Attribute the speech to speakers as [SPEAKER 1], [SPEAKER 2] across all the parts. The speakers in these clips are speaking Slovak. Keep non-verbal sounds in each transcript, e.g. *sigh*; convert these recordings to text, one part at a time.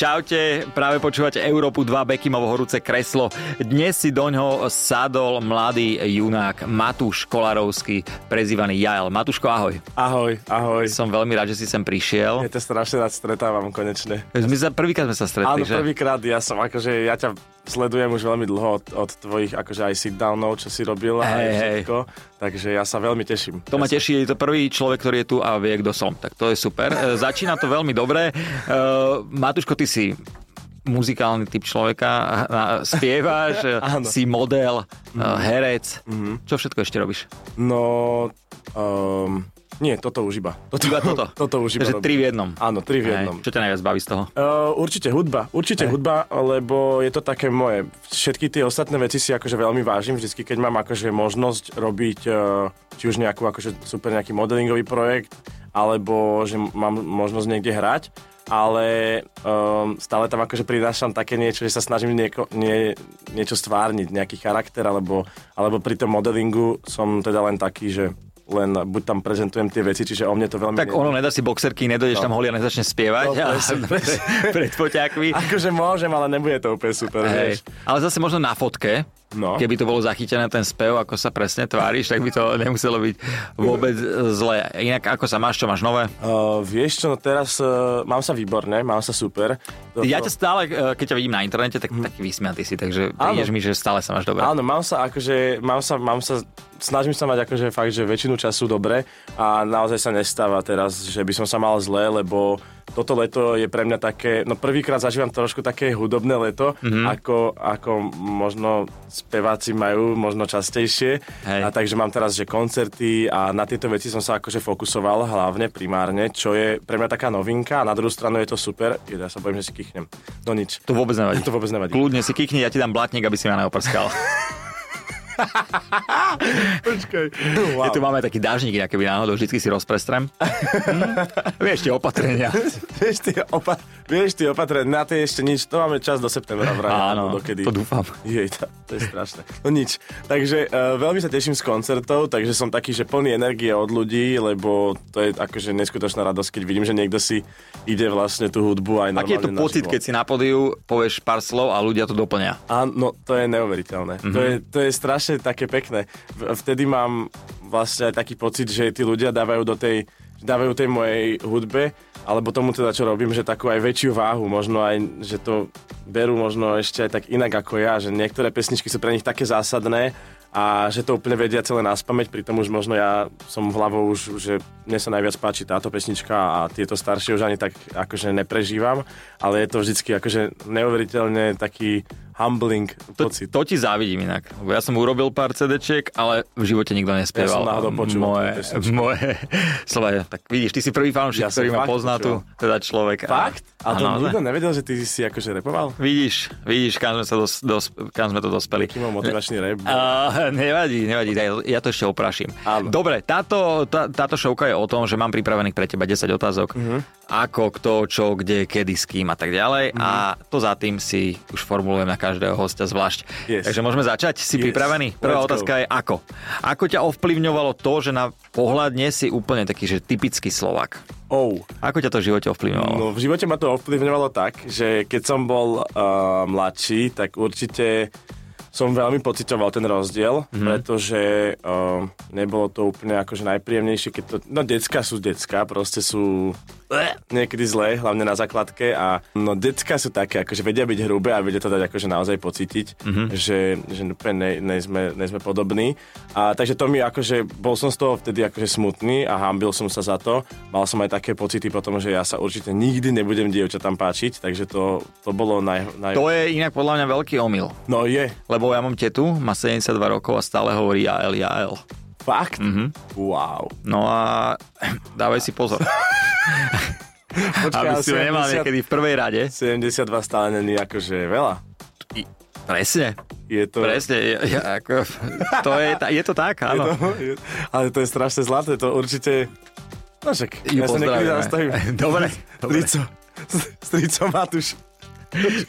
[SPEAKER 1] Čaute, práve počúvate Európu 2 Bekimovo horúce kreslo. Dnes si doňho sadol mladý junák Matúš Kolarovský, prezývaný Jael. Matuško, ahoj.
[SPEAKER 2] Ahoj, ahoj.
[SPEAKER 1] Som veľmi rád, že si sem prišiel.
[SPEAKER 2] Ja ťa strašne rád stretávam konečne.
[SPEAKER 1] My sa prvýkrát sme sa stretli,
[SPEAKER 2] Áno,
[SPEAKER 1] že?
[SPEAKER 2] prvýkrát ja som akože, ja ťa sledujem už veľmi dlho od, od tvojich akože aj sit-downov, čo si robil a
[SPEAKER 1] Hej,
[SPEAKER 2] aj
[SPEAKER 1] hej.
[SPEAKER 2] všetko, takže ja sa veľmi teším.
[SPEAKER 1] To ma teší, je to prvý človek, ktorý je tu a vie, kto som. Tak to je super. E, Začína to veľmi dobre. E, Matuško, ty si muzikálny typ človeka, a- a
[SPEAKER 2] *laughs*
[SPEAKER 1] spievaš, e,
[SPEAKER 2] Áno. Mhm.
[SPEAKER 1] si model, e, herec. Čo všetko ešte robíš?
[SPEAKER 2] No, um, nie, toto už iba. Toto,
[SPEAKER 1] Iba toto.
[SPEAKER 2] *laughs* toto už iba
[SPEAKER 1] Takže
[SPEAKER 2] robím.
[SPEAKER 1] tri v jednom.
[SPEAKER 2] Áno, tri v
[SPEAKER 1] Hej,
[SPEAKER 2] jednom.
[SPEAKER 1] Čo ťa najviac baví z toho?
[SPEAKER 2] Uh, určite hudba, určite hudba, lebo je to také moje. Všetky tie ostatné veci si akože veľmi vážim, vždycky keď mám akože možnosť robiť uh, či už nejakú akože super nejaký modelingový projekt, alebo že m- mám možnosť niekde hrať, ale um, stále tam akože prinášam také niečo, že sa snažím nieko, nie, niečo stvárniť, nejaký charakter, alebo, alebo pri tom modelingu som teda len taký, že len buď tam prezentujem tie veci, čiže o mne to veľmi...
[SPEAKER 1] Tak
[SPEAKER 2] nie-
[SPEAKER 1] ono, nedá si boxerky, nedojdeš tam holý a nezačne spievať
[SPEAKER 2] No,
[SPEAKER 1] a
[SPEAKER 2] presne, presne.
[SPEAKER 1] *laughs* pred foťákmi.
[SPEAKER 2] *laughs* Akože môžem, ale nebude to úplne super,
[SPEAKER 1] Hej.
[SPEAKER 2] vieš.
[SPEAKER 1] Ale zase možno na fotke,
[SPEAKER 2] No.
[SPEAKER 1] keby to bolo zachytené ten spev, ako sa presne tváriš, tak by to nemuselo byť vôbec zle. Inak ako sa máš, čo máš nové?
[SPEAKER 2] Uh, vieš čo, no teraz uh, mám sa výborne, mám sa super. Toto,
[SPEAKER 1] Ja ťa stále, e, keď ťa vidím na internete, tak taký vysmiatý si, takže prídeš mi, že stále sa máš dobre.
[SPEAKER 2] Mhm. Áno, mám sa akože, mám sa, mám sa, snažím sa mať akože fakt, že väčšinu času dobre a naozaj sa nestáva teraz, že by som sa mal zle, lebo toto leto je pre mňa také, no prvýkrát zažívam trošku také hudobné leto, mm-hmm. ako, ako možno speváci majú, možno častejšie.
[SPEAKER 1] Hej.
[SPEAKER 2] A takže mám teraz, že koncerty a na tieto veci som sa akože fokusoval hlavne primárne, čo je pre mňa taká novinka a na druhú stranu je to super. Jed, Ja sa bojím, že si kichnem. No nič.
[SPEAKER 1] To vôbec nevadí.
[SPEAKER 2] To vôbec nevadí.
[SPEAKER 1] Kľudne si kikni, ja ti dám blatník, aby si ma neoprskal.
[SPEAKER 2] *laughs* Počkaj.
[SPEAKER 1] Wow. Tu máme taký dážnik, inak keby náhodou vždycky si
[SPEAKER 2] *laughs*
[SPEAKER 1] rozprestrem. hm? Vieš tie opatrenia.
[SPEAKER 2] Vieš, ty, opa- vieš, ty opatre, na tie ešte nič, to máme čas do septembra vraj.
[SPEAKER 1] Áno,
[SPEAKER 2] alebo dokedy.
[SPEAKER 1] to dúfam.
[SPEAKER 2] Jej, to, to je strašné. No nič. Takže uh, veľmi sa teším z koncertov, takže som taký, že plný energie od ľudí, lebo to je akože neskutočná radosť, keď vidím, že niekto si ide vlastne tú hudbu aj normálne
[SPEAKER 1] Aký je to pocit, keď si na podiu povieš pár slov a ľudia to doplňa?
[SPEAKER 2] Áno, to je neuveriteľné. Mm-hmm. To, je, to je strašne také pekné. V- Vtedy mám vlastne aj taký pocit, že tí ľudia dávajú do tej, dávajú tej mojej hudbe, alebo tomu teda, čo robím, že takú aj väčšiu váhu, možno aj, že to berú možno ešte aj tak inak ako ja, že niektoré pesničky sú pre nich také zásadné a že to úplne vedia celé náspameť, pritom už možno ja som hlavou už, že mne sa najviac páči táto pesnička a tieto staršie už ani tak akože neprežívam, ale je to vždycky akože neuveriteľne taký humbling
[SPEAKER 1] To,
[SPEAKER 2] pocit.
[SPEAKER 1] to ti závidím inak. lebo Ja som urobil pár CD-čiek, ale v živote nikto nespieval.
[SPEAKER 2] Ja som náhodou počúval
[SPEAKER 1] moje,
[SPEAKER 2] tú pesničku.
[SPEAKER 1] moje *laughs* slova. Tak vidíš, ty si prvý fanúšik, ja
[SPEAKER 2] Ja som
[SPEAKER 1] ktorý ma
[SPEAKER 2] fakt
[SPEAKER 1] pozná tu,
[SPEAKER 2] počúval.
[SPEAKER 1] teda človek.
[SPEAKER 2] Fakt? A to
[SPEAKER 1] áno,
[SPEAKER 2] nikto nevedel, že ty si akože repoval?
[SPEAKER 1] Vidíš, vidíš, kam sme, sa dos, dos, kam sme to dospeli.
[SPEAKER 2] Kým mám motivačný rap?
[SPEAKER 1] A, nevadí, nevadí, daj, ja to ešte opraším.
[SPEAKER 2] Áno.
[SPEAKER 1] Dobre, táto, tá, táto šovka je o tom, že mám pripravených pre teba 10 otázok,
[SPEAKER 2] Mhm.
[SPEAKER 1] ako, kto, čo, kde, kedy, s kým a tak ďalej
[SPEAKER 2] Mhm.
[SPEAKER 1] a to za tým si už formulujem na každého hostia zvlášť.
[SPEAKER 2] Yes.
[SPEAKER 1] Takže môžeme začať, si
[SPEAKER 2] Yes.
[SPEAKER 1] pripravený? Prvá
[SPEAKER 2] Let's go.
[SPEAKER 1] otázka je ako. Ako ťa ovplyvňovalo to, že na pohľadne si úplne taký, že typický Slovak?
[SPEAKER 2] Oh.
[SPEAKER 1] Ako ťa to v živote ovplyvňovalo?
[SPEAKER 2] No v živote ma to ovplyvňovalo tak, že keď som bol uh, mladší, tak určite som veľmi pocitoval ten rozdiel, mm-hmm. pretože uh, nebolo to úplne akože najpríjemnejšie, keď to... No decka sú decka, proste sú niekedy zlé, hlavne na základke a no decka sú také, akože vedia byť hrubé a vedia to dať akože naozaj pocítiť,
[SPEAKER 1] Mhm.
[SPEAKER 2] mm-hmm. že, že úplne ne, ne, sme, ne sme podobní. A, takže to mi akože, bol som z toho vtedy akože smutný a hambil som sa za to. Mal som aj také pocity potom, že ja sa určite nikdy nebudem dievčatám páčiť, takže to, to bolo naj... naj...
[SPEAKER 1] To je inak podľa mňa veľký omyl.
[SPEAKER 2] No je,
[SPEAKER 1] Lebo ja mám tetu, má 72 rokov a stále hovorí Jael, Jael.
[SPEAKER 2] fakt?
[SPEAKER 1] Mhm.
[SPEAKER 2] Mm-hmm. Wow.
[SPEAKER 1] No a *clears throat* dávaj si
[SPEAKER 2] *laughs*
[SPEAKER 1] pozor, aby
[SPEAKER 2] Počkaj,
[SPEAKER 1] si ju nemal niekedy v prvej rade.
[SPEAKER 2] 72 stále není akože veľa.
[SPEAKER 1] I- Presne,
[SPEAKER 2] Je to...
[SPEAKER 1] presne. Ja, ja, ako, *laughs* to je, ta- je to tak,
[SPEAKER 2] Je
[SPEAKER 1] áno.
[SPEAKER 2] to, je, ale to je strašne zlaté, to určite... No však,
[SPEAKER 1] Ju
[SPEAKER 2] ja sa niekedy
[SPEAKER 1] pozdravíme.
[SPEAKER 2] zastavím.
[SPEAKER 1] *laughs* Dobre, dobre.
[SPEAKER 2] Strico, strico Matúš.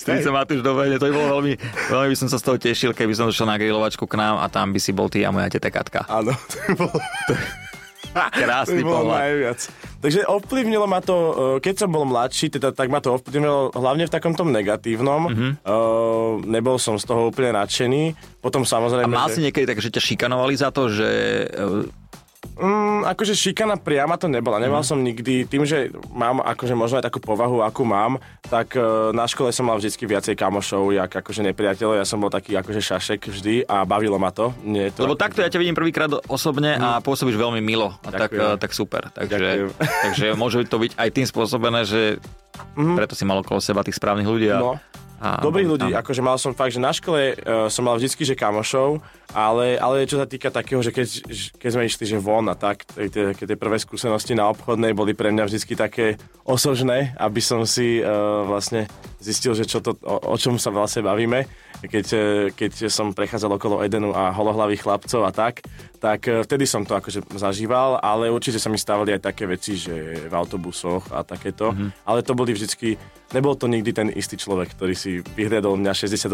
[SPEAKER 1] Strico Matúš dobre, to by bolo veľmi, veľmi by som sa z toho tešil,
[SPEAKER 2] *laughs*
[SPEAKER 1] keby som došiel na grilovačku k nám a tam by si bol ty a moja teta Katka.
[SPEAKER 2] Áno, to by bolo...
[SPEAKER 1] Krásny
[SPEAKER 2] To bolo
[SPEAKER 1] pohľad.
[SPEAKER 2] najviac. Takže ovplyvnilo ma to, eh, keď som bol mladší, teda, tak ma to ovplyvnilo hlavne v takomto negatívnom.
[SPEAKER 1] Mhm.
[SPEAKER 2] Mm-hmm. nebol som z toho úplne nadšený.
[SPEAKER 1] A
[SPEAKER 2] Potom samozrejme...
[SPEAKER 1] mal
[SPEAKER 2] že-
[SPEAKER 1] si niekedy tak, že ťa šikanovali za to, že... e,
[SPEAKER 2] Mm, akože šikana priama to nebola. Nemal som nikdy, tým, že mám akože možno aj takú povahu, akú mám, tak e, na škole som mal vždycky viacej kamošov, jak akože nepriateľov. Ja som bol taký akože šašek vždy a bavilo ma to. Nie je to
[SPEAKER 1] Lebo takto ja ťa vidím prvýkrát osobne a pôsobíš veľmi milo. A tak,
[SPEAKER 2] Mhm. Ďakujem.
[SPEAKER 1] e, tak super. Takže,
[SPEAKER 2] Ďakujem.
[SPEAKER 1] *laughs* takže môže to byť aj tým spôsobené, že preto si mal okolo seba tých správnych ľudí. A,
[SPEAKER 2] Mhm. No.
[SPEAKER 1] a
[SPEAKER 2] Dobrých
[SPEAKER 1] boli
[SPEAKER 2] ľudí,
[SPEAKER 1] tam.
[SPEAKER 2] akože mal som fakt, že na škole uh, som mal vždycky, že kamošov, ale, ale čo sa týka takého, že keď, ž- keď sme išli, že von a tak, tej- tie, keď tie prvé skúsenosti na obchodnej boli pre mňa vždycky také osožné, aby som si uh, vlastne zistil, že čo to, o, o čom sa vlastne bavíme. Keď, eh, keď som prechádzal okolo Edenu a holohlavých chlapcov a tak, tak eh, vtedy som to akože zažíval, ale určite sa mi stávali aj také veci, že v autobusoch a takéto,
[SPEAKER 1] Mhm.
[SPEAKER 2] mm-hmm. ale to boli vždycky nebol to nikdy ten istý človek, ktorý si vyhľadol mňa 68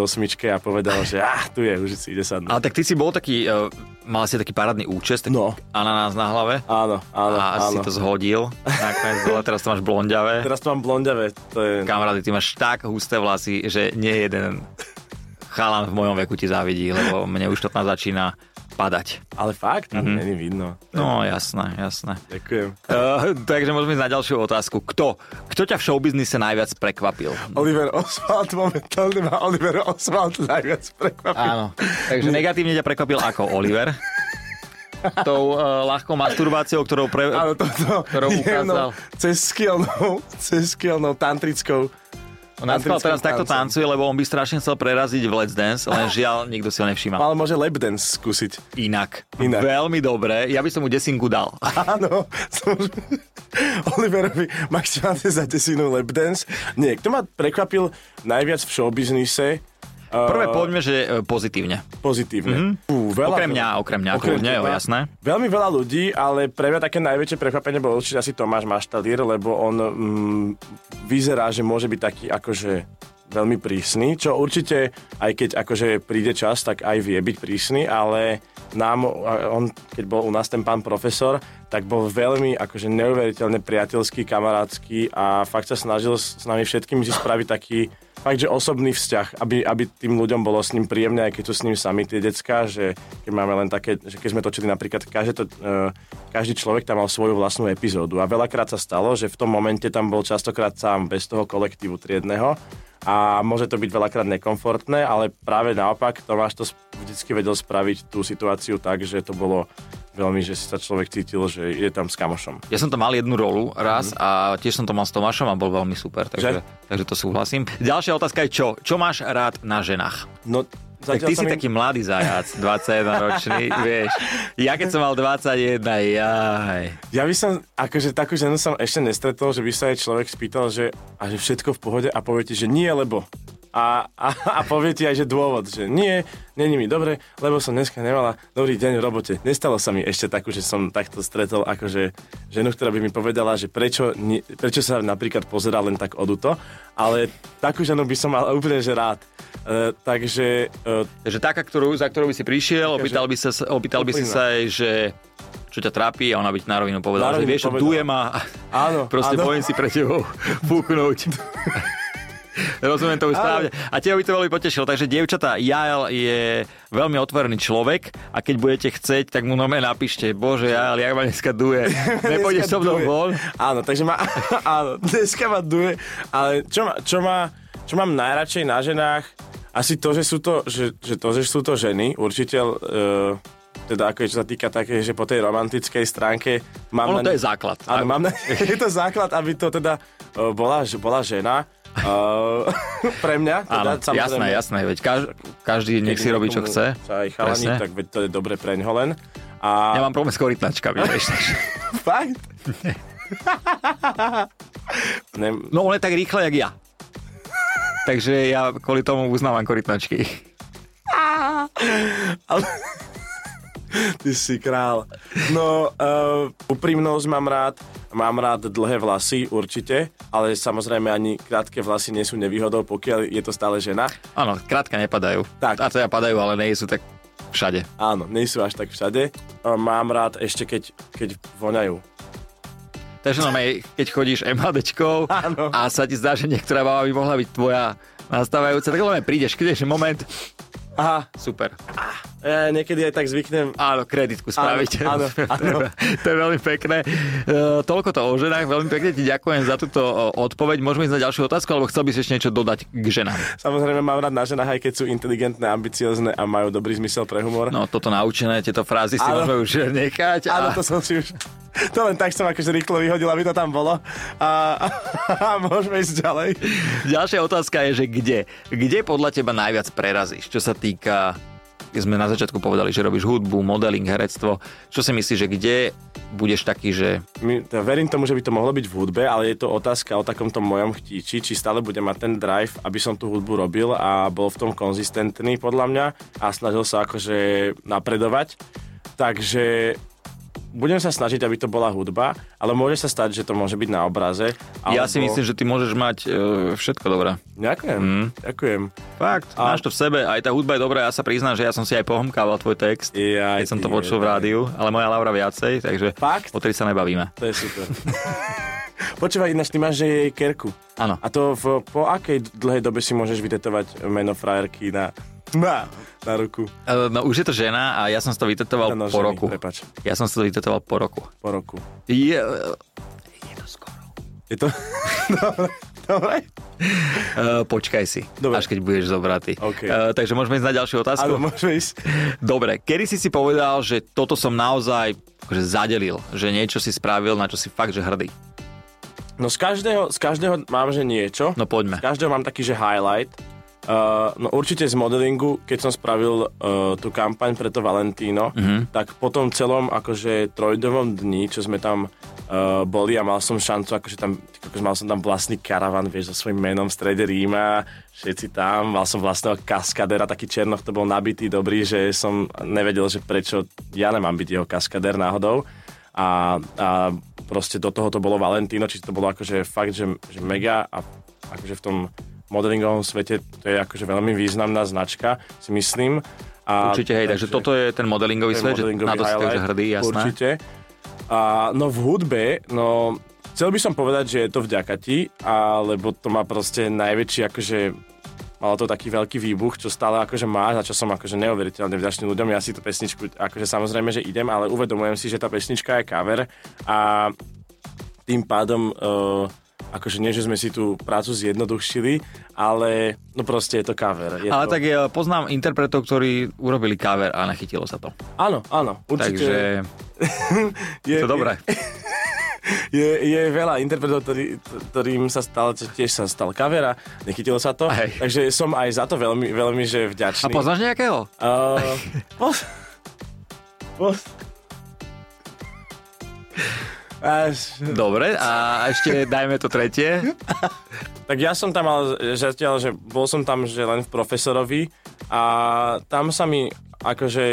[SPEAKER 2] a povedal, že ah, tu je, už si ide sadnúť.
[SPEAKER 1] Ale tak ty si bol taký, e, mal si taký parádny účest, taký
[SPEAKER 2] No.
[SPEAKER 1] ananás na hlave.
[SPEAKER 2] Áno, áno,
[SPEAKER 1] a
[SPEAKER 2] áno.
[SPEAKER 1] si to zhodil.
[SPEAKER 2] *laughs*
[SPEAKER 1] Nakoniec dole, teraz to máš blondiavé.
[SPEAKER 2] Teraz to mám blondavé, to je...
[SPEAKER 1] Kamarády, ty máš tak husté vlasy, že nie jeden chalan v mojom veku ti závidí, lebo mne už to tam začína padať.
[SPEAKER 2] Ale
[SPEAKER 1] Mhm.
[SPEAKER 2] fakt, tam mm-hmm. není vidno.
[SPEAKER 1] No, jasné, jasné.
[SPEAKER 2] Ďakujem.
[SPEAKER 1] Uh, takže môžeme ísť na ďalšiu otázku. Kto? Kto ťa v showbiznise najviac prekvapil?
[SPEAKER 2] Oliver Oswald, momentálne ma Oliver Oswald najviac prekvapil.
[SPEAKER 1] Áno. Takže negatívne ťa prekvapil ako Oliver? Tou uh, ľahkou masturbáciou, ktorou pre...
[SPEAKER 2] Áno, toto
[SPEAKER 1] Ktorou
[SPEAKER 2] jemnou,
[SPEAKER 1] ukázal.
[SPEAKER 2] cez skielnou, cez skielnou tantrickou.
[SPEAKER 1] On Nadchal teraz takto
[SPEAKER 2] tancom.
[SPEAKER 1] tancuje, lebo on by strašne chcel preraziť v Let's Dance, len žiaľ, nikto si ho nevšíma.
[SPEAKER 2] Ale môže lapdance skúsiť.
[SPEAKER 1] Inak.
[SPEAKER 2] Inak.
[SPEAKER 1] Veľmi dobre. Ja by som mu desinku dal.
[SPEAKER 2] Áno, som... Oliverovi maximálne za desinu lapdance. Nie, kto ma prekvapil najviac v showbiznise? Uh,
[SPEAKER 1] Prvé poďme, že e, pozitívne.
[SPEAKER 2] pozitívne. Mm-hmm. Fú, veľa,
[SPEAKER 1] Okrem mňa, okrem mňa, kľudne, jo, jasné.
[SPEAKER 2] Veľmi veľa ľudí, ale pre mňa také najväčšie prekvapenie bolo určite asi Tomáš Maštalír, lebo on mm, vyzerá, že môže byť taký akože veľmi prísny, čo určite, aj keď akože príde čas, tak aj vie byť prísny, ale nám, a on, keď bol u nás ten pán profesor, tak bol veľmi akože neuveriteľne priateľský, kamarátsky a fakt sa snažil s s nami všetkými si spraviť taký fakt, že osobný vzťah, aby, aby tým ľuďom bolo s ním príjemné, aj keď sú s ním sami tie decka, že keď máme len také, že keď sme točili napríklad, každé to, eh, každý človek tam mal svoju vlastnú epizódu a veľakrát sa stalo, že v tom momente tam bol častokrát sám, bez toho kolektívu triedného a môže to byť veľakrát nekomfortné, ale práve naopak Tomáš to sp- vždycky vedel spraviť tú situáciu tak, že to bolo veľmi, že si sa človek cítil, že je tam s kamošom.
[SPEAKER 1] Ja som tam mal jednu rolu raz
[SPEAKER 2] Mhm.
[SPEAKER 1] a tiež som to mal s Tomášom a bol veľmi super, takže, takže to súhlasím. Ďalšia otázka je čo? Čo máš rád na ženách?
[SPEAKER 2] No,
[SPEAKER 1] Tak
[SPEAKER 2] zatiaľ
[SPEAKER 1] ty
[SPEAKER 2] sa
[SPEAKER 1] si
[SPEAKER 2] mi-
[SPEAKER 1] taký mladý zajac, 21
[SPEAKER 2] *laughs*
[SPEAKER 1] ročný, vieš. Ja keď som mal 21, jaj.
[SPEAKER 2] Ja by som, akože takú ženu som ešte nestretol, že by sa jej človek spýtal, že a že všetko v pohode a povie ti, že nie, lebo. A, a, a povie ti aj, že dôvod, že nie, není mi dobre, lebo som dneska nemala dobrý deň v robote. Nestalo sa mi ešte takú, že som takto stretol akože ženu, ktorá by mi povedala, že prečo, nie, prečo sa napríklad pozerá len tak oduto, ale takú ženu by som mal *laughs* úplne že rád. E, takže e,
[SPEAKER 1] Takže taká, ktorú, za ktorou by si prišiel, opýtal by, sa, opýtal by si
[SPEAKER 2] úplná.
[SPEAKER 1] sa jej, že čo ťa trápi a ona by ti na rovinu
[SPEAKER 2] Na
[SPEAKER 1] povedala, že
[SPEAKER 2] rovinu
[SPEAKER 1] vieš,
[SPEAKER 2] povedala.
[SPEAKER 1] dujem a
[SPEAKER 2] áno.
[SPEAKER 1] proste
[SPEAKER 2] áno.
[SPEAKER 1] bojím si pre tebou fúknuť. Rozumiem to správne. A teba by to veľmi potešilo. Takže, dievčatá, Jael je veľmi otvorený človek a keď budete chceť, tak mu normálne napíšte, bože, Jael, jak ma dneska
[SPEAKER 2] *laughs*
[SPEAKER 1] duje. Nepôjdeš
[SPEAKER 2] Dneska
[SPEAKER 1] so mnou
[SPEAKER 2] duje.
[SPEAKER 1] von?
[SPEAKER 2] Áno, takže ma, *laughs* áno, dneska ma duje, ale čo, ma, čo, ma, čo mám najradšej na ženách, asi to, že sú to, že, že, to, že sú to ženy, určite, uh, teda ako je, čo sa týka také, že po tej romantickej stránke mám
[SPEAKER 1] Ono to
[SPEAKER 2] na ne-
[SPEAKER 1] je základ.
[SPEAKER 2] Áno, mám na, *laughs* je to základ, aby to teda eh, bola, že- bola žena. Uh, *laughs* pre mňa. Teda,
[SPEAKER 1] Áno, jasné, jasné, veď kaž, každý nech si robí, čo
[SPEAKER 2] niekomu
[SPEAKER 1] chce.
[SPEAKER 2] Sa aj chalani,
[SPEAKER 1] Presne.
[SPEAKER 2] tak veď to je dobre preň ho len. A
[SPEAKER 1] Ja mám problém s
[SPEAKER 2] *laughs*
[SPEAKER 1] korytnačkami, vieš. takže-
[SPEAKER 2] fakt?
[SPEAKER 1] *laughs*
[SPEAKER 2] Ne,
[SPEAKER 1] No on je tak rýchle, jak ja. Takže ja kvôli tomu uznávam korytnačky.
[SPEAKER 2] Ty si král. No, uh, úprimnosť mám rád, mám rád dlhé vlasy, určite, ale samozrejme ani krátke vlasy nie sú nevýhodou, pokiaľ je to stále žena.
[SPEAKER 1] Áno, krátka nepadajú.
[SPEAKER 2] Tak.
[SPEAKER 1] A teda padajú, ale nie sú tak všade.
[SPEAKER 2] Áno, nie sú až tak všade. A Mám rád ešte, keď, keď voňajú.
[SPEAKER 1] Takže no, keď chodíš MHDčkou
[SPEAKER 2] *laughs* Áno.
[SPEAKER 1] a sa ti zdá, že niektorá baba by mohla byť tvoja nastávajúca, tak len prídeš, keď je moment,
[SPEAKER 2] Aha,
[SPEAKER 1] super.
[SPEAKER 2] ja niekedy aj tak zvyknem.
[SPEAKER 1] Áno, kreditku spraviť. *laughs*
[SPEAKER 2] áno,
[SPEAKER 1] to, je, to je veľmi pekné. E, toľko to o ženách, veľmi pekne ti ďakujem za túto o, odpoveď. Môžeme ísť na ďalšiu otázku, alebo chcel by si ešte niečo dodať k ženám?
[SPEAKER 2] Samozrejme mám rád na ženách, aj keď sú inteligentné, ambiciozne a majú dobrý zmysel pre humor.
[SPEAKER 1] No, toto naučené, tieto frázy si
[SPEAKER 2] Áno.
[SPEAKER 1] môžeme už nechať. A...
[SPEAKER 2] Áno, to som si už... To len tak som akože rýchlo vyhodil, aby to tam bolo. A, *laughs* a, a môžeme ísť ďalej.
[SPEAKER 1] Ďalšia otázka je, že kde? Kde podľa teba najviac prerazíš, čo sa týka sme na začiatku povedali, že robíš hudbu, modeling, herectvo. Čo si myslíš, že kde budeš taký, že
[SPEAKER 2] My, t- verím tomu, že by to mohlo byť v hudbe, ale je to otázka o takomto mojom chtíči, či stále budem mať ten drive, aby som tú hudbu robil a bol v tom konzistentný podľa mňa a snažil sa akože napredovať. Takže budem sa snažiť, aby to bola hudba, ale môže sa stať, že to môže byť na obraze.
[SPEAKER 1] ja si myslím, že ty môžeš mať e, všetko dobré.
[SPEAKER 2] Ďakujem, ďakujem.
[SPEAKER 1] Fakt, a... máš to v sebe, aj tá hudba je dobrá, ja sa priznám, že ja som si aj pohomkával tvoj text,
[SPEAKER 2] Jaj,
[SPEAKER 1] keď som
[SPEAKER 2] ty
[SPEAKER 1] to počul v
[SPEAKER 2] vole.
[SPEAKER 1] rádiu, ale moja Laura viacej, takže
[SPEAKER 2] Fakt?
[SPEAKER 1] o tej sa nebavíme.
[SPEAKER 2] To je super. *laughs* Počúvaj, ináč ty máš, že jej kerku.
[SPEAKER 1] Áno.
[SPEAKER 2] A to v, po akej dlhej dobe si môžeš vytetovať meno frajerky na, na, na ruku?
[SPEAKER 1] E, No už je to žena a ja som si to vytetoval
[SPEAKER 2] Na
[SPEAKER 1] po
[SPEAKER 2] ženy,
[SPEAKER 1] roku.
[SPEAKER 2] Prepač,
[SPEAKER 1] Ja som si to vytetoval po roku.
[SPEAKER 2] po roku.
[SPEAKER 1] Je, e, je to skoro.
[SPEAKER 2] Je to... *laughs* Dobre, Dobre.
[SPEAKER 1] E, počkaj si,
[SPEAKER 2] Dobre.
[SPEAKER 1] až keď budeš zobratý. E,
[SPEAKER 2] OK.
[SPEAKER 1] takže môžeme ísť na ďalšiu otázku.
[SPEAKER 2] Áno, môžeme ísť.
[SPEAKER 1] Dobre, kedy si si povedal, že toto som naozaj akože zadelil, že niečo si spravil, na čo si fakt, že hrdý.
[SPEAKER 2] No z každého, z každého mám, že niečo.
[SPEAKER 1] No poďme.
[SPEAKER 2] Z každého mám taký, že highlight. Uh, no určite z modelingu, keď som spravil uh, tú kampaň pre to Valentino, mm-hmm. tak po tom celom akože trojdovom dni, čo sme tam uh, boli a mal som šancu, akože tam, akože mal som tam vlastný karavan, vieš, so svojím menom v strede Ríma, všetci tam, mal som vlastného kaskadera, taký černoch to bol nabitý, dobrý, že som nevedel, že prečo ja nemám byť jeho kaskader náhodou a, a proste do toho to bolo Valentino, čiže to bolo akože fakt, že, že mega a akože v tom modelingovom svete to je akože veľmi významná značka, si myslím. A,
[SPEAKER 1] Určite, hej, takže toto je ten modelingový
[SPEAKER 2] ten
[SPEAKER 1] svet, že
[SPEAKER 2] modelingový
[SPEAKER 1] na to si
[SPEAKER 2] highlight,
[SPEAKER 1] takže hrdý, jasné.
[SPEAKER 2] Určite. A, no v hudbe, no chcel by som povedať, že je to vďaka ti, alebo to má proste najväčší akože malo to taký veľký výbuch, čo stále akože máš a čo som akože neuveriteľne vďačný ľuďom. Ja si tú pesničku, akože samozrejme, že idem, ale uvedomujem si, že tá pesnička je cover a tým pádom uh, akože nie, že sme si tú prácu zjednodušili, ale no proste je to cover. Je
[SPEAKER 1] Ale
[SPEAKER 2] to...
[SPEAKER 1] tak ja poznám interpretov, ktorí urobili cover a nechytilo sa to.
[SPEAKER 2] Áno, áno, určite.
[SPEAKER 1] Takže je to dobré.
[SPEAKER 2] Je, je veľa interpretov, ktorý, ktorým sa stal, tiež sa stal kavera, nechytilo sa to,
[SPEAKER 1] Hej.
[SPEAKER 2] takže som aj za to veľmi, veľmi že
[SPEAKER 1] A
[SPEAKER 2] vďačný.
[SPEAKER 1] poznáš nejakého?
[SPEAKER 2] Uh, poz... Poz... Až...
[SPEAKER 1] Dobre, a ešte dajme to tretie.
[SPEAKER 2] Tak ja som tam mal zatiaľ, že bol som tam že len v profesorovi a tam sa mi akože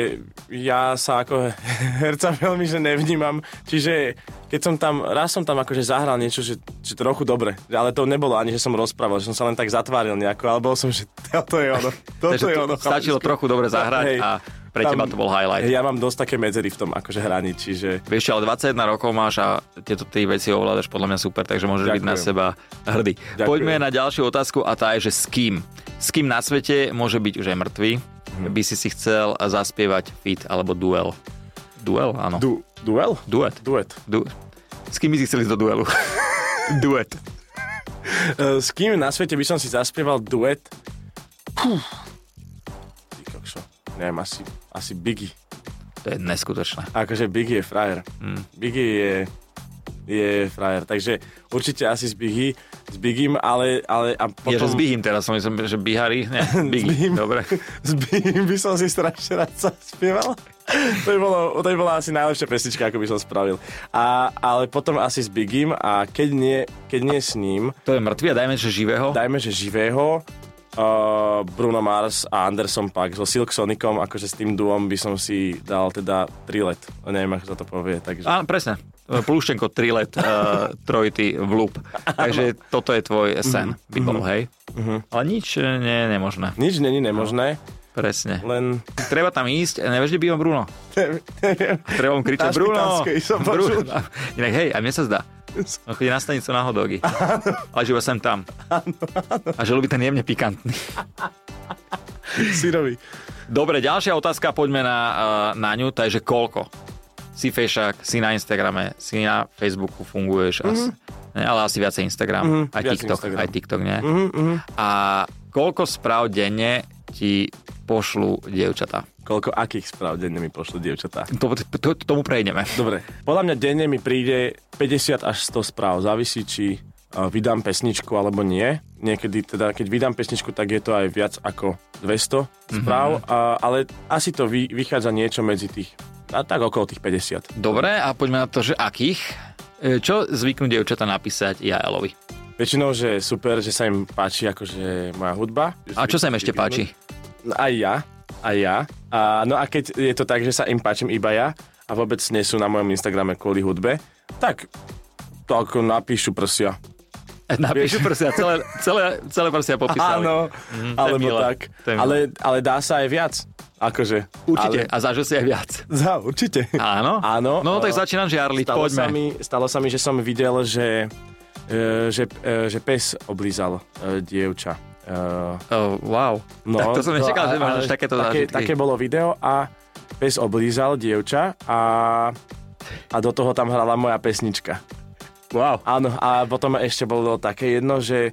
[SPEAKER 2] ja sa ako *laughs* herca veľmi že nevnímam, čiže keď som tam, raz som tam akože zahral niečo, že, že trochu dobre, ale to nebolo ani, že som rozprával, že som sa len tak zatváril nejako, ale bol som, že *laughs* to je
[SPEAKER 1] *laughs*
[SPEAKER 2] ono, toto
[SPEAKER 1] Takže
[SPEAKER 2] je
[SPEAKER 1] to
[SPEAKER 2] ono.
[SPEAKER 1] stačilo
[SPEAKER 2] chalanisko.
[SPEAKER 1] trochu dobre zahrať
[SPEAKER 2] Hej,
[SPEAKER 1] a pre
[SPEAKER 2] tam-
[SPEAKER 1] teba to bol highlight.
[SPEAKER 2] Ja mám dosť také medzery v tom akože hraní, čiže
[SPEAKER 1] Vieš, čo, ale 21 rokov máš a tieto tri veci ovládaš podľa mňa super, takže môžeš byť na
[SPEAKER 2] Ďakujem.
[SPEAKER 1] seba hrdý.
[SPEAKER 2] Ďakujem.
[SPEAKER 1] Poďme na ďalšiu otázku a tá je, že s kým? S kým na svete môže byť už aj mŕtvý?
[SPEAKER 2] Mhm.
[SPEAKER 1] By si si chcel zaspievať fit alebo duel? Duel, áno.
[SPEAKER 2] du- duel?
[SPEAKER 1] Duet.
[SPEAKER 2] Duet.
[SPEAKER 1] Du- s kým by si chceli ísť do
[SPEAKER 2] *laughs*
[SPEAKER 1] duelu? Duet.
[SPEAKER 2] E, s kým na svete by som si zaspieval duet? Puh. Ty kokšo. Neviem, asi, asi Biggie.
[SPEAKER 1] To je neskutočné.
[SPEAKER 2] Akože Biggie je frajer. Mm. Biggie je, je frajer. Takže určite asi s Biggie, s Biggiem, ale, ale a
[SPEAKER 1] Potom...
[SPEAKER 2] potom...
[SPEAKER 1] Ja, že s Bihim teraz, som myslím, že Bihari,
[SPEAKER 2] *laughs*
[SPEAKER 1] ne, Bigi,
[SPEAKER 2] Bihim.
[SPEAKER 1] dobre.
[SPEAKER 2] *laughs* s Biggiem by som si strašne rád zaspieval. *laughs* To by, bolo, to by bola asi najlepšia pesnička, ako by som spravil. A, ale potom asi s Biggiem a keď nie, keď nie s ním,
[SPEAKER 1] To je mŕtvy a dajme, že živého.
[SPEAKER 2] dajme, že živého, uh, Bruno Mars a Anderson Pak so Silk Sonicom, akože s tým duom by som si dal teda 3 let. Neviem, ako sa to povie, takže...
[SPEAKER 1] Áno, presne. Pluštenko,
[SPEAKER 2] *laughs*
[SPEAKER 1] trilet, uh, trojty, vlúb. Takže
[SPEAKER 2] Mhm.
[SPEAKER 1] toto je tvoj sen, by bol, hej? Ale nič e, nie je nemožné.
[SPEAKER 2] Nič není nemožné.
[SPEAKER 1] Presne.
[SPEAKER 2] Len
[SPEAKER 1] Treba tam ísť, a nevždy bývam Bruno.
[SPEAKER 2] *laughs* neviem.
[SPEAKER 1] A Treba mu kričať
[SPEAKER 2] Na
[SPEAKER 1] Bruno.
[SPEAKER 2] Špitanskej
[SPEAKER 1] *laughs*
[SPEAKER 2] som
[SPEAKER 1] Bruno.
[SPEAKER 2] počul.
[SPEAKER 1] Inak hej, a mne sa
[SPEAKER 2] *laughs*
[SPEAKER 1] zdá. On chodí na stanicu na hodogy. Ale že iba sem tam. A že ľubí ten jemne pikantný.
[SPEAKER 2] Syrový.
[SPEAKER 1] Dobre, ďalšia otázka, poďme na, eh, na ňu, takže koľko? Si fešák, si na Instagrame, si na Facebooku funguješ, asi, ne, ale asi Mhm. viacej Instagram, aj,
[SPEAKER 2] viacej
[SPEAKER 1] TikTok,
[SPEAKER 2] Instagram.
[SPEAKER 1] aj TikTok, nie? Mm-hmm,
[SPEAKER 2] Mhm,
[SPEAKER 1] A koľko správ denne ti pošlu dievčatá?
[SPEAKER 2] Koľko akých správ denne mi pošlú dievčatá?
[SPEAKER 1] To, to, to, tomu prejdeme.
[SPEAKER 2] Dobre, podľa mňa denne mi príde 50 až 100 správ, závisí či uh, vydám pesničku alebo nie. Niekedy teda, keď vydám pesničku, tak je to aj viac ako 200
[SPEAKER 1] Mhm.
[SPEAKER 2] správ, uh, ale asi to vy, vychádza niečo medzi tých, a tak okolo tých 50.
[SPEAKER 1] Dobre, a poďme na to, že akých? E, Čo zvyknú dievčatá napísať Jaelovi?
[SPEAKER 2] Väčšinou, že super, že sa im páči akože moja hudba.
[SPEAKER 1] A čo sa im ešte páči? *laughs*
[SPEAKER 2] No, Aj ja, aj ja. A, no a keď je to tak, že sa im páčim iba ja a vôbec nie sú na mojom Instagrame kvôli hudbe, tak to ako napíšu prsia.
[SPEAKER 1] Napíšu prsia, celé, celé, celé prsia popísali.
[SPEAKER 2] Áno,
[SPEAKER 1] to je
[SPEAKER 2] alebo
[SPEAKER 1] milé,
[SPEAKER 2] tak.
[SPEAKER 1] to je milé.
[SPEAKER 2] Ale, ale dá sa aj viac. Akože.
[SPEAKER 1] Určite,
[SPEAKER 2] Ale,
[SPEAKER 1] a zažil si aj viac.
[SPEAKER 2] za, určite.
[SPEAKER 1] Áno?
[SPEAKER 2] Áno.
[SPEAKER 1] No tak
[SPEAKER 2] Eh,
[SPEAKER 1] začínam žiarliť,
[SPEAKER 2] Stalo
[SPEAKER 1] poďme.
[SPEAKER 2] sa, mi, stalo sa mi, že som videl, že, eh, že, eh, že pes oblízal eh, dievča. Eh,
[SPEAKER 1] Oh, wow. No, tak to som nečakal, že
[SPEAKER 2] a-
[SPEAKER 1] máš
[SPEAKER 2] ale
[SPEAKER 1] až takéto
[SPEAKER 2] také,
[SPEAKER 1] zážitky.
[SPEAKER 2] také bolo video a pes oblízal dievča a, a do toho tam hrala moja pesnička.
[SPEAKER 1] Wow.
[SPEAKER 2] Áno, a potom ešte bolo také jedno, že,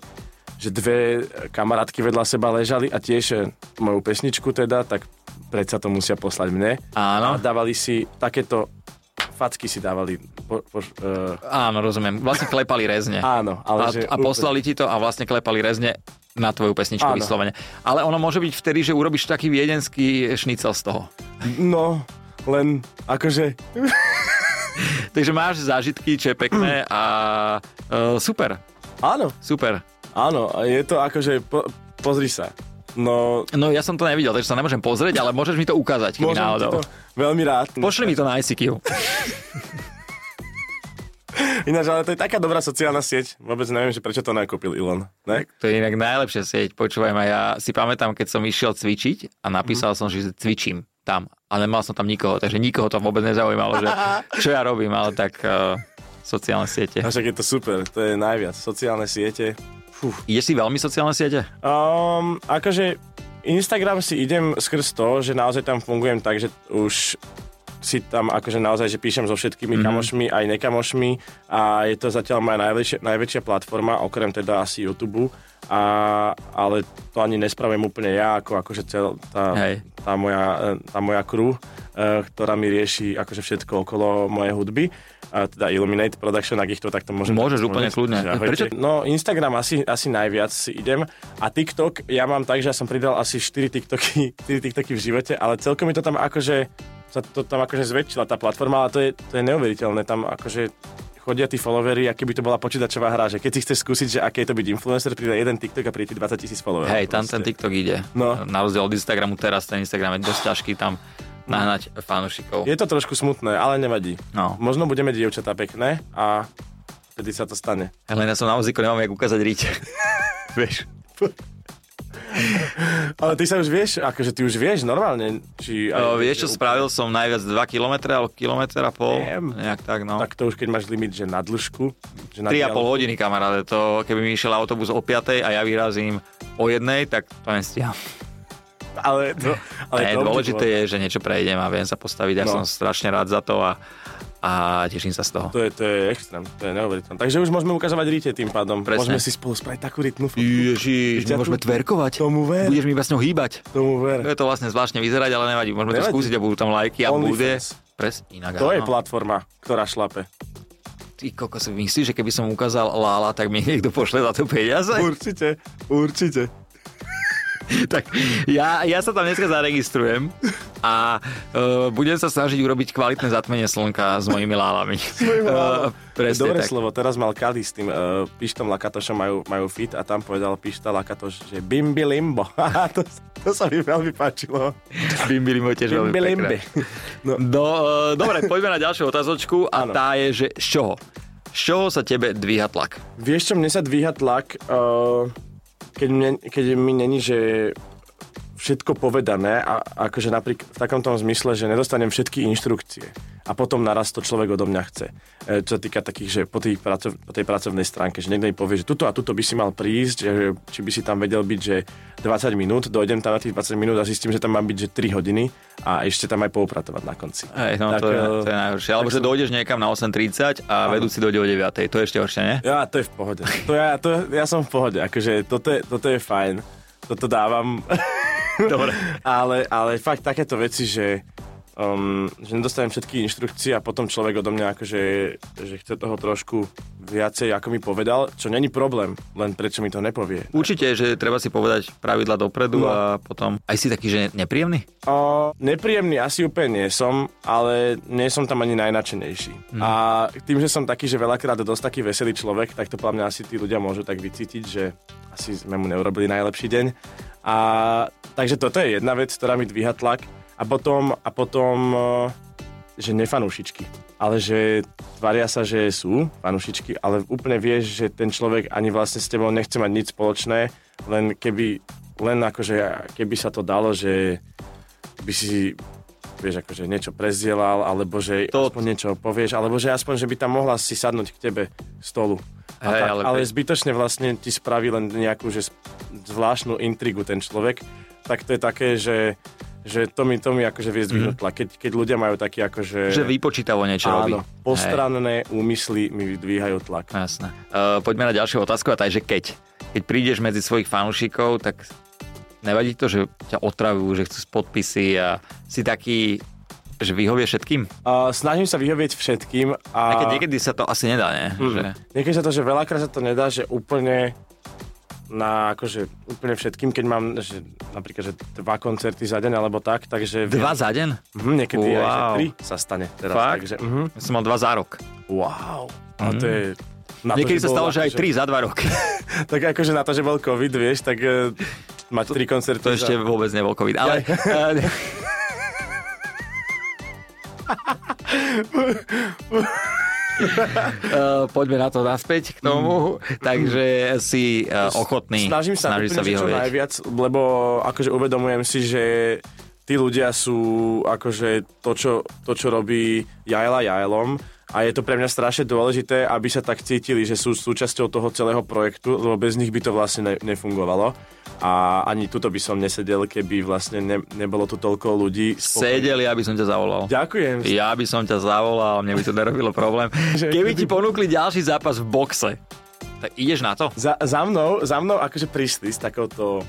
[SPEAKER 2] že dve kamarátky vedľa seba ležali a tiež eh, moju pesničku teda, tak predsa to musia poslať mne.
[SPEAKER 1] Áno.
[SPEAKER 2] A dávali si takéto facky si dávali. Po, po, uh,
[SPEAKER 1] Áno, rozumiem. Vlastne klepali rezne.
[SPEAKER 2] áno, ale
[SPEAKER 1] a,
[SPEAKER 2] že...
[SPEAKER 1] a poslali ti to a vlastne klepali rezne na tvoju pesničku
[SPEAKER 2] Áno.
[SPEAKER 1] vyslovene. Ale ono môže byť vtedy, že urobíš taký viedenský šnicel z toho.
[SPEAKER 2] No, len akože...
[SPEAKER 1] Takže máš zážitky, čo je pekné a uh, super,
[SPEAKER 2] Áno,
[SPEAKER 1] super.
[SPEAKER 2] áno, a je to akože... Po, pozri sa. No,
[SPEAKER 1] No ja som to nevidel, takže sa nemôžem pozrieť, ale môžeš mi to ukázať, keby
[SPEAKER 2] môžem ti
[SPEAKER 1] náhodou.
[SPEAKER 2] to veľmi rád.
[SPEAKER 1] Pošli mi to na ICQ.
[SPEAKER 2] Ináč, ale to je taká dobrá sociálna sieť. Vôbec neviem, že prečo to nakúpil Elon. Ne?
[SPEAKER 1] To je inak najlepšia sieť, počúvaj ma, ja si pamätám, keď som išiel cvičiť a napísal som, že cvičím tam a nemal som tam nikoho, takže nikoho to vôbec nezaujímalo, *laughs* že čo ja robím, ale tak uh, sociálne siete.
[SPEAKER 2] A však je to super, to je najviac. Sociálne siete. Fú.
[SPEAKER 1] Ideš si veľmi sociálne siete?
[SPEAKER 2] Um, akože Instagram si idem skrz to, že naozaj tam fungujem tak, že už si tam akože naozaj, že píšem so
[SPEAKER 1] Mhm.
[SPEAKER 2] všetkými mm-hmm. kamošmi, aj nekamošmi a je to zatiaľ moja najväčšia, najväčšia platforma, okrem teda asi YouTube. A, ale to ani nespravujem úplne ja, ako akože cel, tá,
[SPEAKER 1] Hej.
[SPEAKER 2] tá, moja, e, tá moja crew, e, ktorá mi rieši akože všetko okolo mojej hudby, a teda Illuminate Production, ak ich to takto môžem...
[SPEAKER 1] Môžeš
[SPEAKER 2] spomenúť.
[SPEAKER 1] úplne kľudne.
[SPEAKER 2] Že ahojte.
[SPEAKER 1] Prečo
[SPEAKER 2] No, Instagram asi, asi najviac si idem. A TikTok, ja mám tak, že ja som pridal asi 4 TikToky, *laughs* 4 TikToky v živote, ale celkom mi to tam akože sa to tam akože zväčšila tá platforma, ale to je, to je neuveriteľné. Tam akože chodia tí followery, aké by to bola počítačová hra, že keď si chceš skúsiť, že aké je to byť influencer, pridaj jeden TikTok a príde ti 20 tisíc followerov.
[SPEAKER 1] Hej, tam ten
[SPEAKER 2] Proste.
[SPEAKER 1] TikTok ide.
[SPEAKER 2] No.
[SPEAKER 1] Na rozdiel od Instagramu teraz, ten Instagram je dosť ťažký tam nahnať fanúšikov.
[SPEAKER 2] Je to trošku smutné, ale nevadí.
[SPEAKER 1] No.
[SPEAKER 2] Možno budeme dievčatá pekné a vtedy sa to stane.
[SPEAKER 1] Len ja som na muziku nemám jak ukázať *laughs* riť. Vieš.
[SPEAKER 2] Ale ty sa už vieš, akože ty už vieš normálne, či... aj-
[SPEAKER 1] O, No, vieš čo, spravil som najviac 2 km alebo kilometr a pol.
[SPEAKER 2] Viem.
[SPEAKER 1] Nejak tak, no.
[SPEAKER 2] Tak to už keď máš limit, že na dĺžku. Že na
[SPEAKER 1] 3,5
[SPEAKER 2] diaľku.
[SPEAKER 1] hodiny, kamaráde, to keby mi išiel autobus o 5 a ja vyrazím o jednej, tak to nestíham.
[SPEAKER 2] Ale, to, *laughs* ale
[SPEAKER 1] Ne,
[SPEAKER 2] to
[SPEAKER 1] dôležité
[SPEAKER 2] je...
[SPEAKER 1] je, že niečo prejdem a viem sa postaviť, ja
[SPEAKER 2] No.
[SPEAKER 1] som strašne rád za to a, a teším sa z toho.
[SPEAKER 2] To je, to je extrém, to je neuveriteľné. Takže už môžeme ukazovať rite tým pádom.
[SPEAKER 1] Presne.
[SPEAKER 2] Môžeme si spolu spraviť takú rytmu.
[SPEAKER 1] Ježiš,
[SPEAKER 2] my môžeme
[SPEAKER 1] tverkovať.
[SPEAKER 2] Tomu ver,
[SPEAKER 1] Budeš mi iba s ňou hýbať.
[SPEAKER 2] tomu
[SPEAKER 1] To
[SPEAKER 2] ver.
[SPEAKER 1] je to vlastne zvláštne vyzerať, ale nevadí. Môžeme to
[SPEAKER 2] Nevadí.
[SPEAKER 1] skúsiť a budú tam lajky a
[SPEAKER 2] Only
[SPEAKER 1] bude...
[SPEAKER 2] fans.
[SPEAKER 1] Pres, inak,
[SPEAKER 2] To je
[SPEAKER 1] áno.
[SPEAKER 2] platforma, ktorá šlape.
[SPEAKER 1] Ty kokos, myslíš, že keby som ukázal Lala, tak mi niekto pošle za to peniaze?
[SPEAKER 2] Určite, určite.
[SPEAKER 1] *laughs* tak ja, ja sa tam dneska zaregistrujem a e, budem sa snažiť urobiť kvalitné zatmenie slnka *laughs* s mojimi lálami.
[SPEAKER 2] lálami.
[SPEAKER 1] E, presne
[SPEAKER 2] Dobré
[SPEAKER 1] tak.
[SPEAKER 2] slovo, teraz mal Kali s tým uh, Pištom Lakatošom, majú, majú fit a tam povedal Pišta Lakatoš, že bimbi limbo. *laughs* to, to sa mi veľmi páčilo.
[SPEAKER 1] Bimbilimo tiež veľmi
[SPEAKER 2] Bimbi
[SPEAKER 1] pekné.
[SPEAKER 2] limbi. No,
[SPEAKER 1] No, e, dobre, poďme na ďalšiu otázočku a
[SPEAKER 2] Áno.
[SPEAKER 1] tá je, že z čoho? Z čoho sa tebe dvíha tlak?
[SPEAKER 2] Vieš čo, eh, mne sa dvíha tlak, uh, keď, mne, keď mi není, že v všetko povedané a akože napríklad v takom tom zmysle, že nedostanem všetky inštrukcie a potom naraz to človek odo mňa chce. E, čo sa týka takých, že po tej, pracov, po tej pracovnej stránke, že niekto mi povie, že tuto a tuto by si mal prísť, že, či by si tam vedel byť, že 20 minút, dojdem tam na tých 20 minút a zistím, že tam mám byť, že 3 hodiny a ešte tam aj poupratovať na konci. eh,
[SPEAKER 1] Hej, no tak, to, je, to je najhoršie. Alebo že dojdeš niekam na 8.30 a vedúci dojde o 9.00. To je ešte horšie, nie?
[SPEAKER 2] Ja, to je v pohode. To ja, to, ja som v pohode, akože toto je, toto je fajn. Toto dávam.
[SPEAKER 1] *laughs*
[SPEAKER 2] *laughs*
[SPEAKER 1] Dobre.
[SPEAKER 2] ale, ale fakt takéto veci, že, um, že nedostanem všetky inštrukcie a potom človek odo mňa akože, že chce toho trošku viacej, ako mi povedal, čo není problém, len prečo mi to nepovie.
[SPEAKER 1] Určite, že treba si povedať pravidla dopredu
[SPEAKER 2] No.
[SPEAKER 1] a potom... Aj si taký, že nepríjemný?
[SPEAKER 2] O, nepríjemný asi úplne nie som, ale nie som tam ani najnačenejší. Mm. A tým, že som taký, že veľakrát dosť taký veselý človek, tak to podľa mňa asi tí ľudia môžu tak vycítiť, že asi sme mu neurobili najlepší deň. A takže toto je jedna vec, ktorá mi dvíha tlak. A potom, a potom e, že nefanúšičky, ale že tvária sa, že sú fanúšičky, ale úplne vieš, že ten človek ani vlastne s tebou nechce mať nič spoločné, len keby, len akože, keby sa to dalo, že by si vieš, akože niečo prezdielal, alebo že
[SPEAKER 1] To-
[SPEAKER 2] to... aspoň niečo povieš, alebo že aspoň, že by tam mohla si sadnúť k tebe k stolu. A
[SPEAKER 1] Hej,
[SPEAKER 2] tak,
[SPEAKER 1] ale-
[SPEAKER 2] ale... ale zbytočne vlastne ti spraví len nejakú že sp- zvláštnu intrigu ten človek, tak to je také, že, že to mi, to mi akože vie zdvihnúť mm-hmm. keď, keď ľudia majú taký akože...
[SPEAKER 1] Mhm. Že výpočítavo niečo robí.
[SPEAKER 2] Áno,
[SPEAKER 1] Hej.
[SPEAKER 2] postranné úmysly mi vydvíhajú tlak.
[SPEAKER 1] Jasné. Uh, poďme na ďalšiu otázku a tá je, že keď. Keď prídeš medzi svojich fanúšikov, tak nevadí to, že ťa otravujú, že chcú podpisy a si taký, že vyhovie všetkým?
[SPEAKER 2] Uh, snažím sa vyhovieť všetkým a... Mhm.
[SPEAKER 1] Aj keď niekedy sa to asi nedá, nie? Mm. Že...
[SPEAKER 2] Niekedy sa to, že veľakrát sa to nedá, že úplne na akože úplne všetkým, keď mám že, napríklad, že dva koncerty za deň alebo tak, takže...
[SPEAKER 1] Dva za deň?
[SPEAKER 2] Mhm, niekedy wow. aj, že
[SPEAKER 1] Wow.
[SPEAKER 2] tri sa stane teraz.
[SPEAKER 1] Fakt?
[SPEAKER 2] Takže, mhm.
[SPEAKER 1] Ja som mal dva za rok.
[SPEAKER 2] Wow. A to je... Na
[SPEAKER 1] Mhm.
[SPEAKER 2] to,
[SPEAKER 1] Niekedy
[SPEAKER 2] že
[SPEAKER 1] sa
[SPEAKER 2] bol
[SPEAKER 1] stalo, že aj
[SPEAKER 2] akože-
[SPEAKER 1] tri za dva roky.
[SPEAKER 2] Tak akože na to, že bol COVID, vieš, tak e, mať tri koncerty
[SPEAKER 1] To ešte
[SPEAKER 2] za...
[SPEAKER 1] vôbec nebol COVID, ale... ale- *laughs* Eh, Poďme na to naspäť k tomu. Takže si eh, ochotný,
[SPEAKER 2] Snažím sa,
[SPEAKER 1] snažíš sa
[SPEAKER 2] úplne, že čo
[SPEAKER 1] vyhovieť.
[SPEAKER 2] najviac, lebo akože uvedomujem si, že tí ľudia sú akože to, čo, to, čo robí Jajla Jajlom a je to pre mňa strašne dôležité, aby sa tak cítili, že sú súčasťou toho celého projektu, lebo bez nich by to vlastne ne, nefungovalo a ani tuto by som nesedel, keby vlastne ne, nebolo tu toľko ľudí. spolu.
[SPEAKER 1] Sedeli, aby som ťa zavolal.
[SPEAKER 2] Ďakujem.
[SPEAKER 1] Ja by som ťa zavolal, mne by to nerobilo problém.
[SPEAKER 2] Že-
[SPEAKER 1] Keby ti ponúkli ďalší zápas v boxe, tak ideš na
[SPEAKER 2] *laughs*
[SPEAKER 1] to?
[SPEAKER 2] Za, za, mnou, za mnou akože prišli s takouto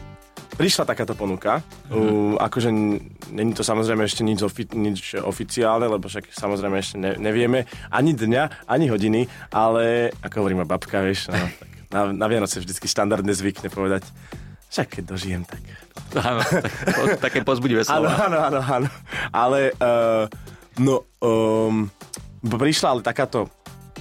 [SPEAKER 2] prišla takáto ponuka. Mm. Uh, akože n- není to samozrejme ešte nič, ofi- nič oficiálne, lebo však samozrejme ešte ne- nevieme ani dňa, ani hodiny, ale ako hovorí ma babka, vieš, no, tak na, na Vianoce vždycky štandardne zvykne povedať, však keď dožijem, tak...
[SPEAKER 1] Áno, tak, to, také pozbudivé
[SPEAKER 2] Áno,
[SPEAKER 1] slova.
[SPEAKER 2] áno, áno, áno. Ale, uh, no, um, prišla ale takáto,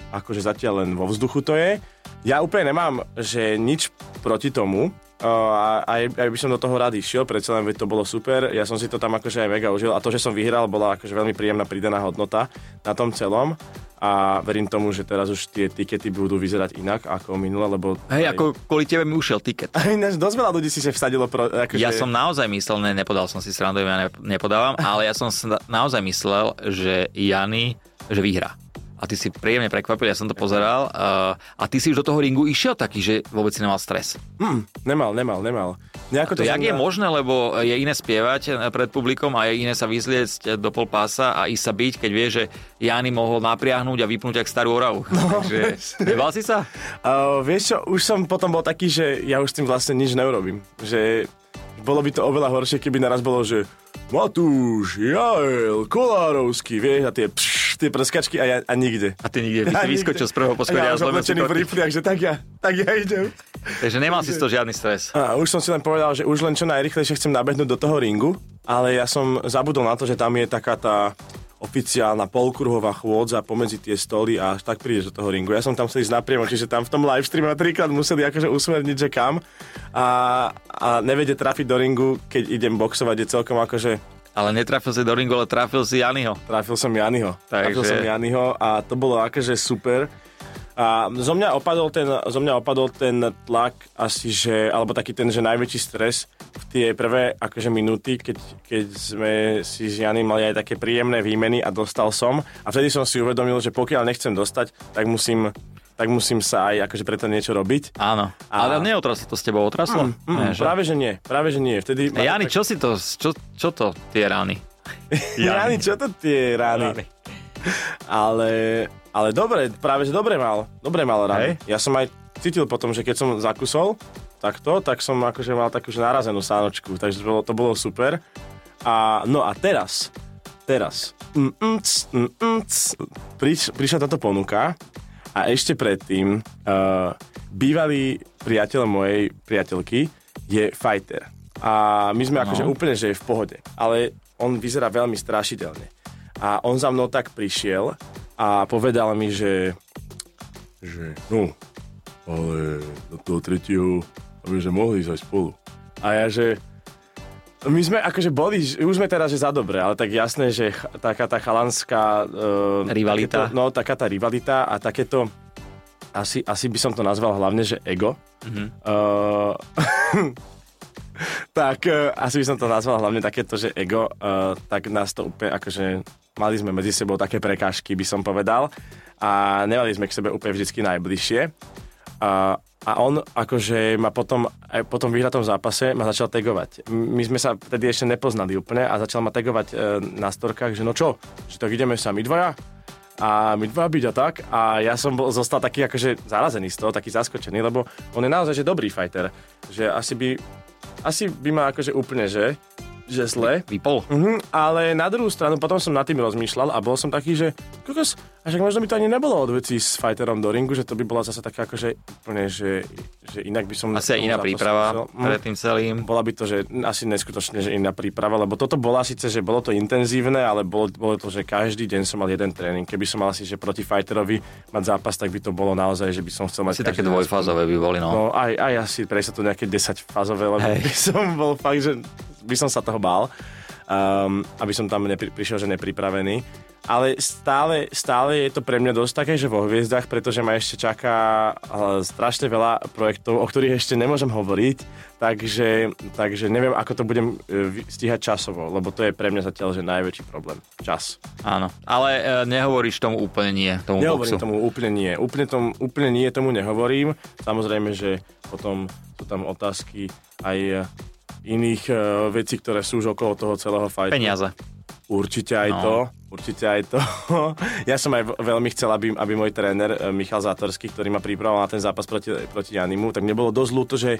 [SPEAKER 2] akože zatiaľ len vo vzduchu to je. Ja úplne nemám, že nič proti tomu, Uh, a aj, aj by som do toho rád išiel, predsa len veď to bolo super, ja som si to tam akože aj mega užil a to, že som vyhral, bola akože veľmi príjemná pridaná hodnota na tom celom a verím tomu, že teraz už tie tikety budú vyzerať inak ako minule, lebo...
[SPEAKER 1] Hej, ako kvôli tebe mi ušiel tiket.
[SPEAKER 2] Aj, *laughs* ináč dosť veľa ľudí si sa vsadilo pro... Akože...
[SPEAKER 1] Ja som naozaj myslel, ne, nepodal som si srandu, ja ne- nepodávam,
[SPEAKER 2] *laughs*
[SPEAKER 1] ale ja som sna- naozaj myslel, že Jany, že vyhrá. A ty si príjemne prekvapil, ja som to pozeral. Uh, a ty si už do toho ringu išiel taký, že vôbec si nemal stres.
[SPEAKER 2] Hm, nemal, nemal, nemal.
[SPEAKER 1] To
[SPEAKER 2] Nejako
[SPEAKER 1] jak
[SPEAKER 2] som
[SPEAKER 1] je
[SPEAKER 2] na-
[SPEAKER 1] možné, lebo je iné spievať eh, pred publikom a je iné sa vyzliecť eh, do pol pása a ísť sa byť, keď vie, že Jany mohol napriahnuť a vypnúť jak starú oravu. No, *laughs* Takže, nebal si sa?
[SPEAKER 2] Uh, vieš čo, už som potom bol taký, že ja už s tým vlastne nič neurobím. Že bolo by to oveľa horšie, keby naraz bolo, že Matúš, Jael, Kolárovský, vieš, a tie, pš, tie prskačky a, ja, a nikde.
[SPEAKER 1] A ty nikde, ty si vyskočil z prvého
[SPEAKER 2] A
[SPEAKER 1] poschodia a
[SPEAKER 2] ja už
[SPEAKER 1] zlomil si
[SPEAKER 2] oblečený v
[SPEAKER 1] koty.
[SPEAKER 2] rifliach, že tak ja, tak ja idem.
[SPEAKER 1] Takže nemal si z toho žiadny stres.
[SPEAKER 2] A už som si len povedal, že už len čo najrychlejšie chcem nabehnúť do toho ringu, ale ja som zabudol na to, že tam je taká tá oficiálna polkruhová chôdza pomedzi tie stoly a až tak prídeš do toho ringu. Ja som tam chcel ísť napriamo, čiže tam v tom livestreame ma trikrát museli akože usmerniť, že kam a, a nevede trafiť do ringu, keď idem boxovať, je celkom akože
[SPEAKER 1] Ale netrafil si do ringu, ale trafil si Janyho.
[SPEAKER 2] Trafil som Janiho.
[SPEAKER 1] Takže-
[SPEAKER 2] Trafil som Janiho a to bolo akože super. A zo mňa opadol ten, zo mňa opadol ten tlak asi, že, alebo taký ten, že najväčší stres v tie prvé akože minúty, keď, keď sme si s Janim mali aj také príjemné výmeny a dostal som. A vtedy som si uvedomil, že pokiaľ nechcem dostať, tak musím tak musím sa aj akože preto niečo robiť.
[SPEAKER 1] Áno. A... Ale neotraslo to s tebou, otraslo?
[SPEAKER 2] Mm, mm,
[SPEAKER 1] Nie,
[SPEAKER 2] že? Práve že nie, práve že nie. Vtedy
[SPEAKER 1] Ej, Jani,
[SPEAKER 2] *laughs*
[SPEAKER 1] čo si to, čo, čo to tie rány?
[SPEAKER 2] Rány, čo to tie rány? Ale, ale dobre, práve že dobre mal. Dobre mal rány. Ja som aj cítil potom, že keď som zakusol takto, tak som akože mal takú že narazenú sánočku, takže to bolo, to bolo super. A, no a teraz, teraz, mm, mm, ts, mm, mm, ts, priš, prišla táto ponuka a ešte predtým uh, bývalý priateľ mojej priateľky je fighter. A my sme no. akože úplne, že je v pohode. Ale on vyzerá veľmi strašidelne. A on za mnou tak prišiel a povedal mi, že, že no, ale do toho tretieho, aby sme mohli ísť aj spolu. A ja, že my sme akože boli, že- už sme teraz, že za dobre, ale tak jasné, že ch- taká tá chalanská... Uh,
[SPEAKER 1] Rivalita.
[SPEAKER 2] Takéto, no, taká tá rivalita a takéto, asi, asi by som to nazval hlavne, že ego. Mm-hmm. Uh, *laughs* tak uh, asi by som to nazval hlavne takéto, že ego, uh, tak nás to úplne akože... Mali sme medzi sebou také prekážky, by som povedal. A nemali sme k sebe úplne vždycky najbližšie. A, a on akože ma potom, aj po tom vyhratom zápase ma začal tagovať. My sme sa vtedy ešte nepoznali úplne a začal ma tagovať e, na storkách, že no čo, že tak ideme sa my dvaja a my dvaja byť a tak a ja som bol, zostal taký akože zarazený z toho, taký zaskočený, lebo on je naozaj že dobrý fighter, že asi by, asi by ma akože úplne, že, že zle.
[SPEAKER 1] Vypol.
[SPEAKER 2] Mhm, ale na druhú stranu potom som nad tým rozmýšľal a bol som taký, že kokos, a však možno by to ani nebolo od veci s fighterom do ringu, že to by bola zase taká akože úplne, že, že inak by som...
[SPEAKER 1] Asi aj iná
[SPEAKER 2] zápasu musel.
[SPEAKER 1] príprava
[SPEAKER 2] Mm,
[SPEAKER 1] pred tým celým.
[SPEAKER 2] Bola by to, že asi neskutočne, že iná príprava, lebo toto bola síce, že bolo to intenzívne, ale bolo, bolo to, že každý deň som mal jeden tréning. Keby som mal asi, že proti fighterovi mať zápas, tak by to bolo naozaj, že by som chcel mať...
[SPEAKER 1] Asi také
[SPEAKER 2] každý deň
[SPEAKER 1] dvojfázové by boli, no.
[SPEAKER 2] No aj, aj asi prejsť to nejaké 10 fázové, lebo
[SPEAKER 1] Hej.
[SPEAKER 2] by *laughs* som bol fakt, že by som sa toho bál. Um, aby som tam nepri, prišiel, že nepripravený. Ale stále, stále je to pre mňa dosť také, že vo hviezdach, pretože ma ešte čaká eh, strašne veľa projektov, o ktorých ešte nemôžem hovoriť, takže, takže neviem, ako to budem eh, vy- stíhať časovo, lebo to je pre mňa zatiaľ že najväčší problém. Čas.
[SPEAKER 1] Áno. Ale e, nehovoríš tomu úplne nie, tomu
[SPEAKER 2] Nehovorím
[SPEAKER 1] boxu.
[SPEAKER 2] tomu úplne nie. Úplne, tom, úplne nie tomu nehovorím. Samozrejme, že potom sú tam otázky aj iných eh, vecí, ktoré sú už okolo toho celého fajtu.
[SPEAKER 1] Peniaze.
[SPEAKER 2] Určite aj
[SPEAKER 1] No.
[SPEAKER 2] to. Určite aj to. *laughs* ja som aj v- veľmi chcel, aby, aby môj tréner eh, Michal Zátorský, ktorý ma pripravoval na ten zápas proti, proti Janimu, tak mne bolo dosť ľúto, že,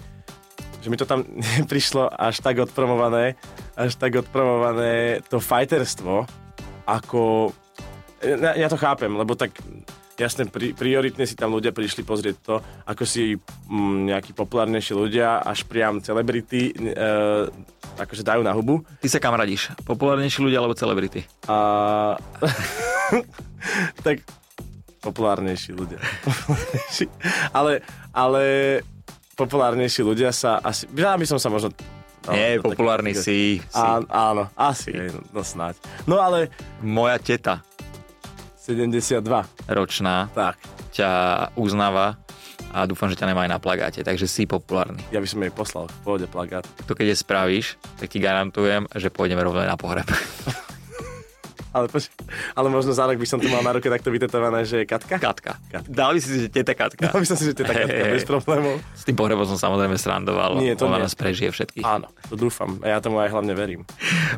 [SPEAKER 2] že mi to tam *laughs* prišlo až tak odpromované, až tak odpromované to fajterstvo, ako... eh, Ja, ja to chápem, lebo tak jasne, pri, prioritne si tam ľudia prišli pozrieť to, ako si mm, nejakí populárnejší ľudia, až priam celebrity, e, akože dajú na hubu.
[SPEAKER 1] Ty sa kam radíš? Populárnejší ľudia alebo celebrity?
[SPEAKER 2] A... *laughs* tak populárnejší ľudia. *laughs* Populárnejší. ale, ale populárnejší ľudia sa asi... Ja by som sa možno... No,
[SPEAKER 1] nie,
[SPEAKER 2] do takých-
[SPEAKER 1] populárny si. si.
[SPEAKER 2] Á, áno, asi, hej, no, no snáď. No ale
[SPEAKER 1] Moja teta
[SPEAKER 2] 72,
[SPEAKER 1] ročná
[SPEAKER 2] tak.
[SPEAKER 1] ťa uznáva a dúfam, že ťa nemá aj na plagáte, takže si populárny.
[SPEAKER 2] Ja by som jej poslal v pôvode plagát.
[SPEAKER 1] To keď je spravíš, tak ti garantujem, že pôjdeme rovno aj na pohreb. *laughs*
[SPEAKER 2] Ale, poč- ale možno za rok by som to mal na ruke takto vytetované, že je Katka? *laughs*
[SPEAKER 1] Katka.
[SPEAKER 2] Katka.
[SPEAKER 1] Dali si si, že teta Katka.
[SPEAKER 2] Ja by som si, že to je tá Katka
[SPEAKER 1] Hej.
[SPEAKER 2] bez problémov.
[SPEAKER 1] S tým pohrebom som samozrejme srandoval.
[SPEAKER 2] Nie, to
[SPEAKER 1] Ona
[SPEAKER 2] nie.
[SPEAKER 1] nás prežije všetkých.
[SPEAKER 2] Áno, to dúfam. A ja tomu aj hlavne verím.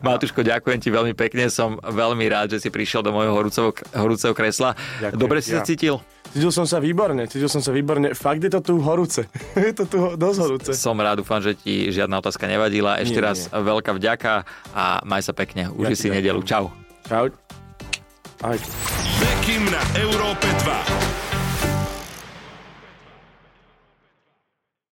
[SPEAKER 1] Matúško, ďakujem ti veľmi pekne. Som veľmi rád, že si prišiel do mojho horúceho, horúceho kresla.
[SPEAKER 2] Ďakujem
[SPEAKER 1] Dobre
[SPEAKER 2] ti,
[SPEAKER 1] si sa
[SPEAKER 2] ja.
[SPEAKER 1] cítil?
[SPEAKER 2] Cítil som sa výborne, cítil som sa výborne. Fakt je to tu horúce. *laughs* je to tu ho- dosť horúce.
[SPEAKER 1] Som rád, dúfam, že ti žiadna otázka nevadila. Ešte
[SPEAKER 2] Nie,
[SPEAKER 1] raz veľká vďaka a maj sa pekne. Uži
[SPEAKER 2] ti
[SPEAKER 1] si
[SPEAKER 2] ďakujem.
[SPEAKER 1] nedelu. Čau.
[SPEAKER 2] Čau. Ahojte.
[SPEAKER 3] Bekim na Európe 2.